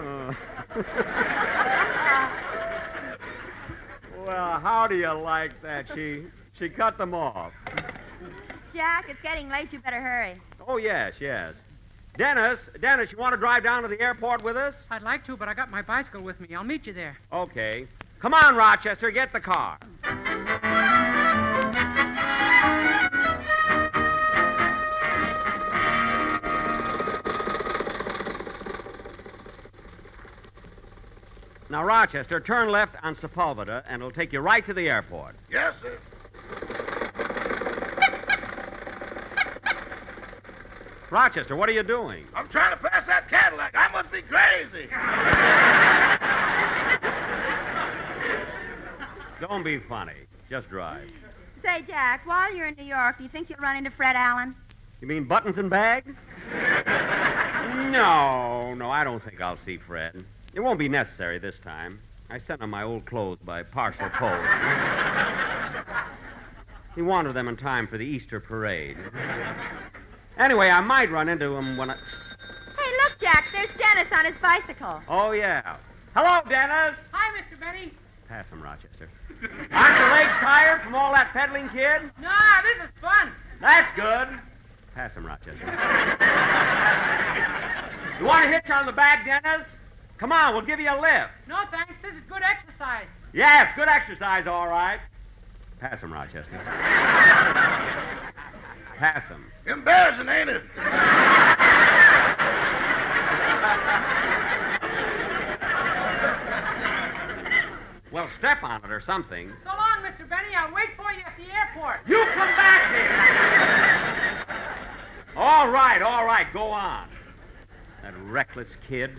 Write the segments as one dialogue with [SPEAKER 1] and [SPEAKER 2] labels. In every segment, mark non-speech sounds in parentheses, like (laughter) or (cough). [SPEAKER 1] Well, Uh, how do you like that? She she cut them off.
[SPEAKER 2] Jack, it's getting late. You better hurry.
[SPEAKER 1] Oh yes, yes. Dennis, Dennis, you want to drive down to the airport with us?
[SPEAKER 3] I'd like to, but I got my bicycle with me. I'll meet you there.
[SPEAKER 1] Okay. Come on, Rochester, get the car. Now, Rochester, turn left on Sepulveda, and it'll take you right to the airport.
[SPEAKER 4] Yes, sir.
[SPEAKER 1] Rochester, what are you doing?
[SPEAKER 4] I'm trying to pass that Cadillac. I must be crazy.
[SPEAKER 1] Don't be funny. Just drive.
[SPEAKER 2] Say, Jack, while you're in New York, do you think you'll run into Fred Allen?
[SPEAKER 1] You mean buttons and bags? no, no, I don't think I'll see Fred. It won't be necessary this time. I sent him my old clothes by parcel post. he wanted them in time for the Easter parade. Anyway, I might run into him when I.
[SPEAKER 2] Hey, look, Jack, there's Dennis on his bicycle.
[SPEAKER 1] Oh, yeah. Hello, Dennis.
[SPEAKER 3] Hi, Mr. Benny.
[SPEAKER 1] Pass him, Rochester. Aren't your legs tired from all that peddling, kid?
[SPEAKER 3] No, this is fun.
[SPEAKER 1] That's good. Pass him, Rochester. you want to hitch on the back, Dennis? Come on, we'll give you a lift.
[SPEAKER 3] No, thanks. This is good exercise.
[SPEAKER 1] Yeah, it's good exercise, all right. Pass him, Rochester. Pass him.
[SPEAKER 4] Embarrassing, ain't it?
[SPEAKER 1] Well, step on it or something.
[SPEAKER 3] So long, Mr. Benny. I'll wait for you at the airport.
[SPEAKER 1] You come back here. all right, all right, go on. That reckless kid.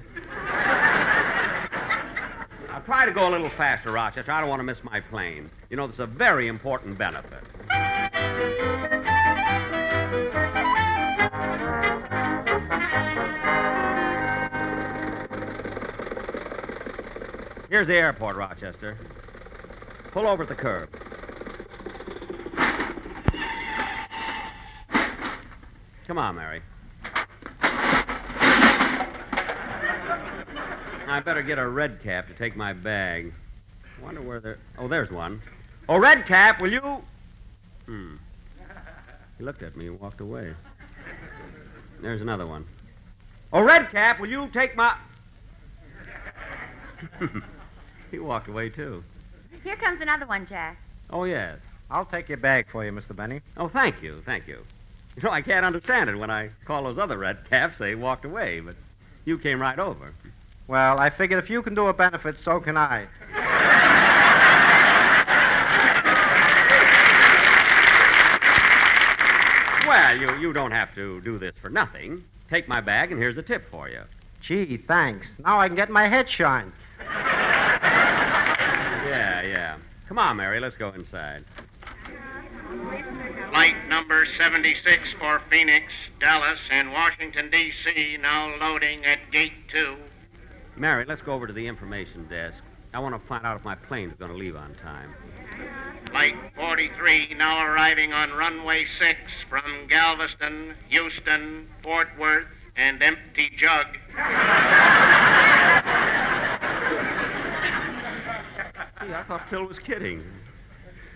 [SPEAKER 1] Now try to go a little faster, Rochester. I don't want to miss my plane. You know, there's a very important benefit. Here's the airport, Rochester. Pull over at the curb. Come on, Mary. I better get a red cap to take my bag. Wonder where there. Oh, there's one. Oh, red cap, will you? Hmm. He looked at me and walked away. There's another one. Oh, red cap, will you take my? (laughs) he walked away too.
[SPEAKER 2] Here comes another one, Jack.
[SPEAKER 1] Oh yes.
[SPEAKER 5] I'll take your bag for you, Mr. Benny.
[SPEAKER 1] Oh, thank you, thank you. You know, I can't understand it. When I call those other red caps, they walked away, but you came right over.
[SPEAKER 5] Well, I figured if you can do a benefit, so can I.
[SPEAKER 1] Well, you, you don't have to do this for nothing. Take my bag, and here's a tip for you.
[SPEAKER 5] Gee, thanks. Now I can get my head shined.
[SPEAKER 1] Yeah, yeah. Come on, Mary, let's go inside.
[SPEAKER 6] Flight number 76 for Phoenix, Dallas, and Washington, D.C. now loading at gate 2.
[SPEAKER 1] Mary, let's go over to the information desk. I want to find out if my plane's going to leave on time.
[SPEAKER 6] Flight 43 now arriving on runway 6 from Galveston, Houston, Fort Worth, and Empty Jug.
[SPEAKER 1] Gee, I thought Phil was kidding.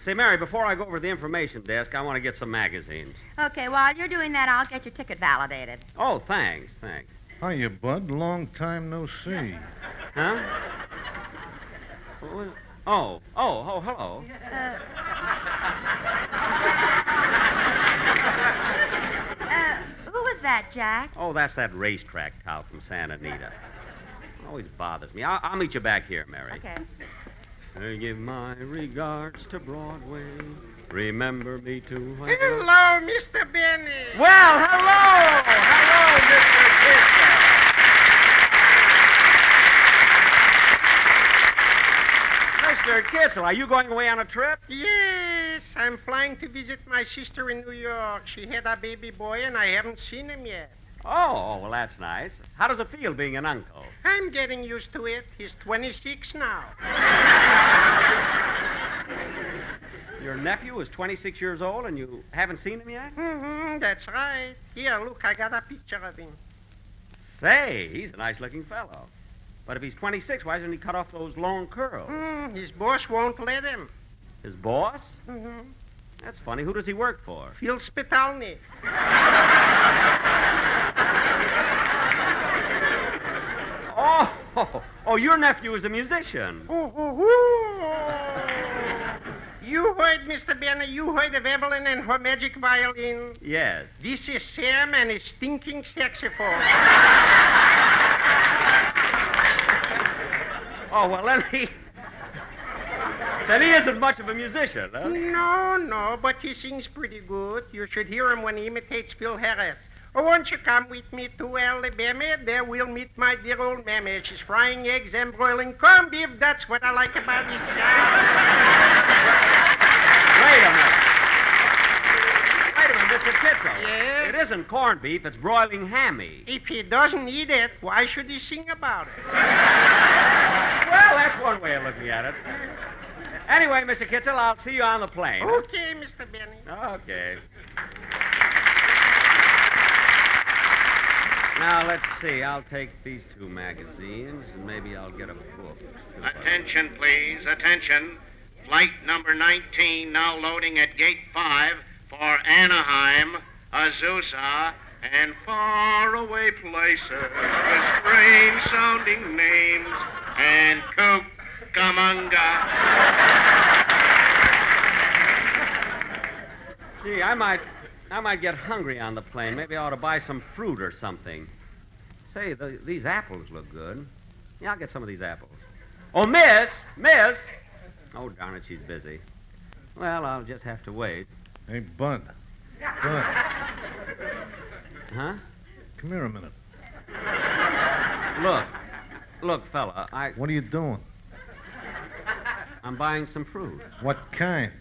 [SPEAKER 1] Say, Mary, before I go over to the information desk, I want to get some magazines.
[SPEAKER 2] Okay, while you're doing that, I'll get your ticket validated.
[SPEAKER 1] Oh, thanks, thanks.
[SPEAKER 7] Hiya, Bud. Long time no see.
[SPEAKER 1] Huh? Well, Oh, oh, oh, hello.
[SPEAKER 2] Uh, uh, who was that, Jack?
[SPEAKER 1] Oh, that's that racetrack cow from Santa Anita. Always bothers me. I'll, I'll meet you back here, Mary.
[SPEAKER 2] Okay.
[SPEAKER 1] I give my regards to Broadway. Remember me too.
[SPEAKER 8] Hello, Mr. Benny.
[SPEAKER 1] Well, hello. Hello, Mr. Mr. Kissel, are you going away on a trip?
[SPEAKER 8] Yes, I'm flying to visit my sister in New York. She had a baby boy, and I haven't seen him yet.
[SPEAKER 1] Oh, well, that's nice. How does it feel being an uncle?
[SPEAKER 8] I'm getting used to it. He's 26 now.
[SPEAKER 1] Your nephew is 26 years old and you haven't seen him yet?
[SPEAKER 8] hmm that's right. Here, look, I got a picture of him.
[SPEAKER 1] Say, he's a nice looking fellow. But if he's 26, why doesn't he cut off those long curls?
[SPEAKER 8] Mm, his boss won't let him.
[SPEAKER 1] His boss?
[SPEAKER 8] hmm
[SPEAKER 1] That's funny. Who does he work for?
[SPEAKER 8] Phil Spitalny.
[SPEAKER 1] Oh, oh, oh, your nephew is a musician.
[SPEAKER 8] Ooh, ooh, ooh. you heard, Mr. Benny, you heard of Evelyn and her magic violin.
[SPEAKER 1] Yes.
[SPEAKER 8] This is Sam and his stinking saxophone.
[SPEAKER 1] Oh, well, then he. (laughs) Then he isn't much of a musician, huh?
[SPEAKER 8] No, no, but he sings pretty good. You should hear him when he imitates Phil Harris. Oh, won't you come with me to Alabama? There we'll meet my dear old mammy. She's frying eggs and broiling corned beef. That's what I like about this town.
[SPEAKER 1] Wait a minute. Wait a minute, Mr. Kitzel.
[SPEAKER 8] Yes?
[SPEAKER 1] It isn't corned beef, it's broiling hammy.
[SPEAKER 8] If he doesn't eat it, why should he sing about it?
[SPEAKER 1] Well, that's one way of looking at it. Anyway, Mr. Kitzel, I'll see you on the plane.
[SPEAKER 8] Okay, Mr. Benny.
[SPEAKER 1] Okay. Now, let's see. I'll take these two magazines, and maybe I'll get a book.
[SPEAKER 6] Attention, please. Attention. Flight number 19 now loading at gate 5 for Anaheim, Azusa, and faraway places with strange sounding names and Cucamonga.
[SPEAKER 1] Gee, I might, I might get hungry on the plane. Maybe I ought to buy some fruit or something. Say, th these apples look good. Yeah, I'll get some of these apples. Oh, miss, miss. Oh, darn it, she's busy. Well, I'll just have to wait.
[SPEAKER 7] Hey, Bud. Bud.
[SPEAKER 1] (laughs) Huh?
[SPEAKER 7] Come here a minute.
[SPEAKER 1] Look, look, fella, I,
[SPEAKER 7] What are you doing?
[SPEAKER 1] I'm buying some fruit.
[SPEAKER 7] What kind?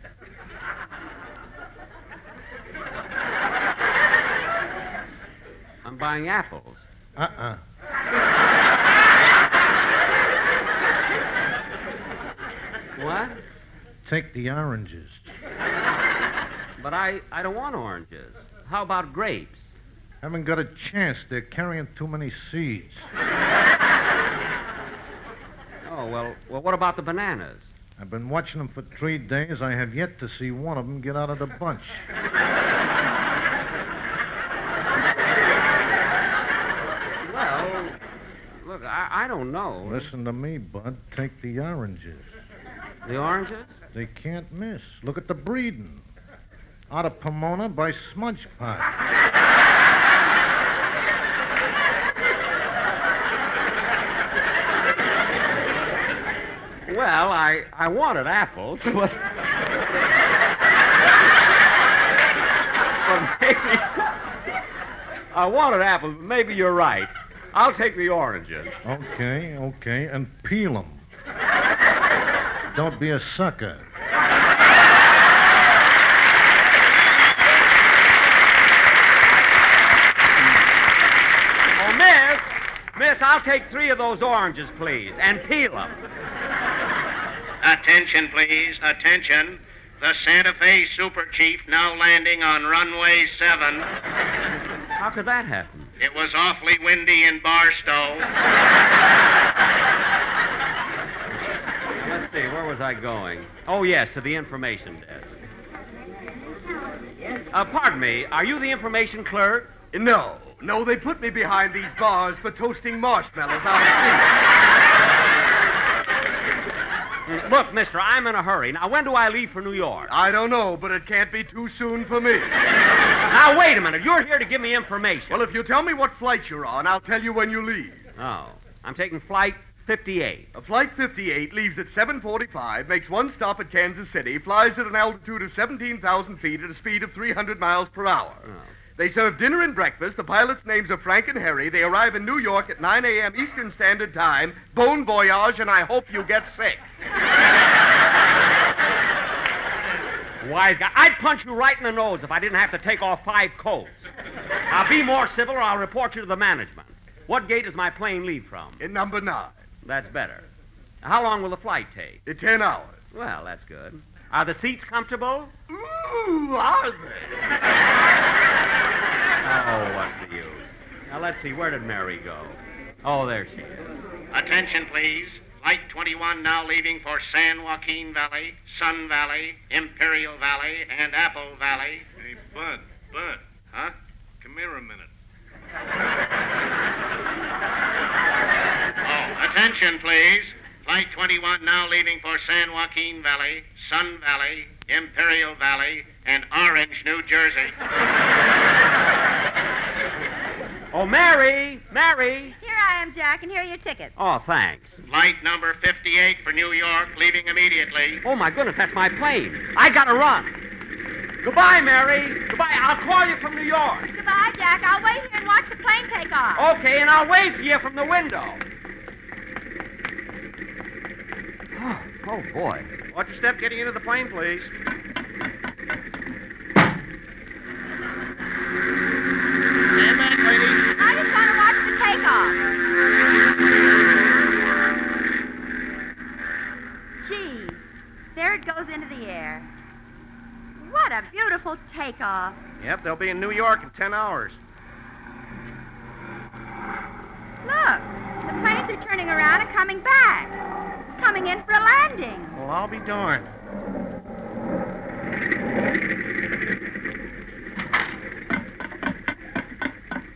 [SPEAKER 1] I'm buying apples.
[SPEAKER 7] Uh-uh.
[SPEAKER 1] What?
[SPEAKER 7] Take the oranges.
[SPEAKER 1] But I, I don't want oranges. How about grapes?
[SPEAKER 7] Haven't got a chance. They're carrying too many seeds.
[SPEAKER 1] Oh, well, well, what about the bananas?
[SPEAKER 7] I've been watching them for three days. I have yet to see one of them get out of the bunch.
[SPEAKER 1] Well, look, I, I don't know.
[SPEAKER 7] Listen to me, Bud. Take the oranges.
[SPEAKER 1] The oranges?
[SPEAKER 7] They can't miss. Look at the breeding. Out of Pomona by Smudge Pot.
[SPEAKER 1] Well, I, I wanted apples, but. but maybe. I wanted apples, but maybe you're right. I'll take the oranges.
[SPEAKER 7] Okay, okay, and peel them. Don't be a sucker.
[SPEAKER 1] Oh, miss! Miss, I'll take three of those oranges, please, and peel them.
[SPEAKER 6] Attention, please. Attention. The Santa Fe Super Chief now landing on runway 7.
[SPEAKER 1] How could that happen?
[SPEAKER 6] It was awfully windy in Barstow.
[SPEAKER 1] Now, let's see, where was I going? Oh, yes, to the information desk. Uh, pardon me, are you the information clerk?
[SPEAKER 9] No. No, they put me behind these bars for toasting marshmallows out
[SPEAKER 1] Mm, Look, mister, I'm in a hurry. Now, when do I leave for New York?
[SPEAKER 9] I don't know, but it can't be too soon for me.
[SPEAKER 1] Now, wait a minute. You're here to give me information.
[SPEAKER 9] Well, if you tell me what flight you're on, I'll tell you when you leave.
[SPEAKER 1] Oh, I'm taking flight 58.
[SPEAKER 9] Uh, Flight 58 leaves at 7:45, makes one stop at Kansas City, flies at an altitude of 17,000 feet at a speed of 300 miles per hour. They serve dinner and breakfast. The pilots' names are Frank and Harry. They arrive in New York at 9 a.m. Eastern Standard Time. Bon voyage, and I hope you get sick.
[SPEAKER 1] Wise guy. I'd punch you right in the nose if I didn't have to take off five coats. Now, be more civil or I'll report you to the management. What gate does my plane leave from?
[SPEAKER 9] In number nine.
[SPEAKER 1] That's better. How long will the flight take?
[SPEAKER 9] In ten hours.
[SPEAKER 1] Well, that's good. Are the seats comfortable?
[SPEAKER 9] Ooh, are
[SPEAKER 1] Oh, what's the use? Now, let's see. Where did Mary go? Oh, there she is.
[SPEAKER 6] Attention, please. Flight 21 now leaving for San Joaquin Valley, Sun Valley, Imperial Valley, and Apple Valley.
[SPEAKER 4] Hey, Bud, Bud,
[SPEAKER 6] Huh?
[SPEAKER 4] come here a minute.
[SPEAKER 6] Oh, Attention, please. Flight 21 now leaving for San Joaquin Valley, Sun Valley, Imperial Valley, and Orange, New Jersey.
[SPEAKER 1] Oh, Mary! Mary!
[SPEAKER 2] Here I am, Jack, and here are your tickets.
[SPEAKER 1] Oh, thanks.
[SPEAKER 6] Flight number 58 for New York, leaving immediately.
[SPEAKER 1] Oh, my goodness, that's my plane. I gotta run. Goodbye, Mary. Goodbye. I'll call you from New York.
[SPEAKER 2] Goodbye, Jack. I'll wait here and watch the plane take off.
[SPEAKER 1] Okay, and I'll wave for you from the window. Oh, oh boy.
[SPEAKER 7] Watch your step getting into the plane, please.
[SPEAKER 4] Stand back, lady.
[SPEAKER 2] I just want to watch the takeoff. Gee, there it goes into the air. What a beautiful takeoff.
[SPEAKER 7] Yep, they'll be in New York in ten hours.
[SPEAKER 2] Look, the planes are turning around and coming back. It's coming in for a landing.
[SPEAKER 7] Well, I'll be darned.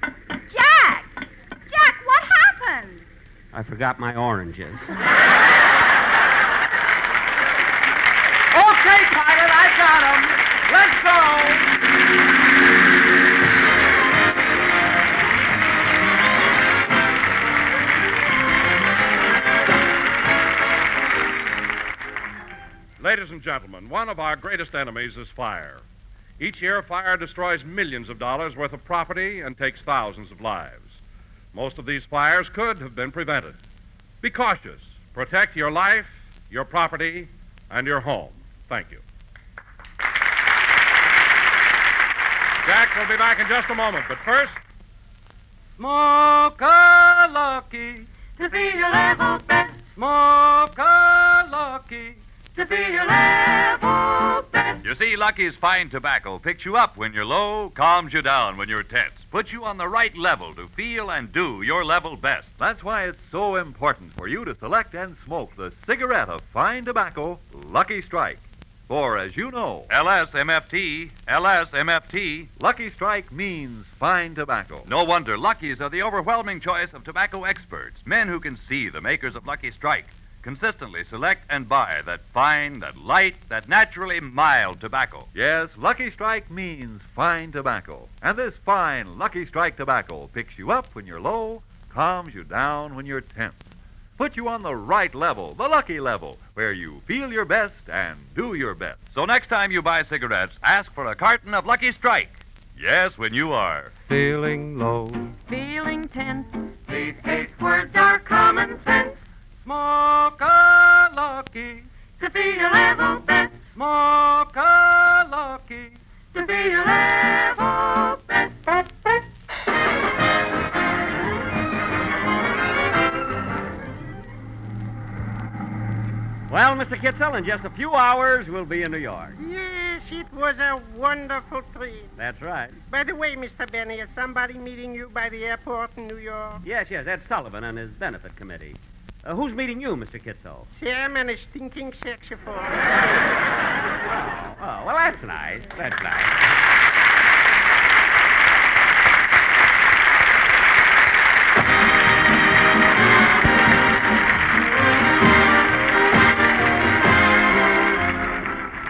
[SPEAKER 2] Jack! Jack, what happened?
[SPEAKER 1] I forgot my oranges. okay, pilot, I got 'em. Let's go.
[SPEAKER 10] Ladies and gentlemen, one of our greatest enemies is fire. Each year, fire destroys millions of dollars worth of property and takes thousands of lives. Most of these fires could have been prevented. Be cautious. Protect your life, your property, and your home. Thank you. Jack will be back in just a moment, but first.
[SPEAKER 11] Smoke a lucky to be your level best. Smoke a lucky to be your level best.
[SPEAKER 12] You see, Lucky's fine tobacco picks you up when you're low, calms you down when you're tense, puts you on the right level to feel and do your level best.
[SPEAKER 13] That's why it's so important for you to select and smoke the cigarette of fine tobacco, Lucky Strike. For, as you know,
[SPEAKER 12] LSMFT, LSMFT.
[SPEAKER 13] Lucky Strike means fine tobacco.
[SPEAKER 12] No wonder Luckies are the overwhelming choice of tobacco experts, men who can see the makers of Lucky Strike consistently select and buy that fine, that light, that naturally mild tobacco.
[SPEAKER 13] Yes, Lucky Strike means fine tobacco. And this fine Lucky Strike tobacco picks you up when you're low, calms you down when you're tense, puts you on the right level, the lucky level, where you feel your best and do your best.
[SPEAKER 12] So next time you buy cigarettes, ask for a carton of Lucky Strike. Yes, when you are
[SPEAKER 13] Feeling low.
[SPEAKER 11] Feeling tense. These eight words are common sense. Smoke a lucky to be your level best. Smoke a lucky to be your level best.
[SPEAKER 1] Well,
[SPEAKER 14] Mr. Kitzel, in just a few hours, we'll be in New York.
[SPEAKER 6] Yes, it was a wonderful trip.
[SPEAKER 14] That's right.
[SPEAKER 6] By the way, Mr. Benny, is somebody meeting you by the airport in New York?
[SPEAKER 14] Yes, yes, that's Sullivan and his benefit committee. Uh, who's meeting you, Mr. Kitzel?
[SPEAKER 6] Sam and a stinking saxophone.
[SPEAKER 14] Oh, well, that's nice. That's nice.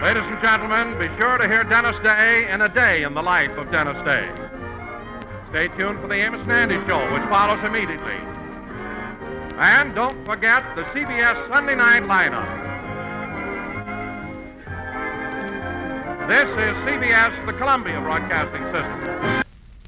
[SPEAKER 1] Ladies and gentlemen, be sure to hear Dennis Day in A Day in the Life of Dennis Day. Stay tuned for the Amos and Andy Show, which follows immediately. And don't forget the CBS Sunday night lineup. This is CBS, the Columbia Broadcasting System.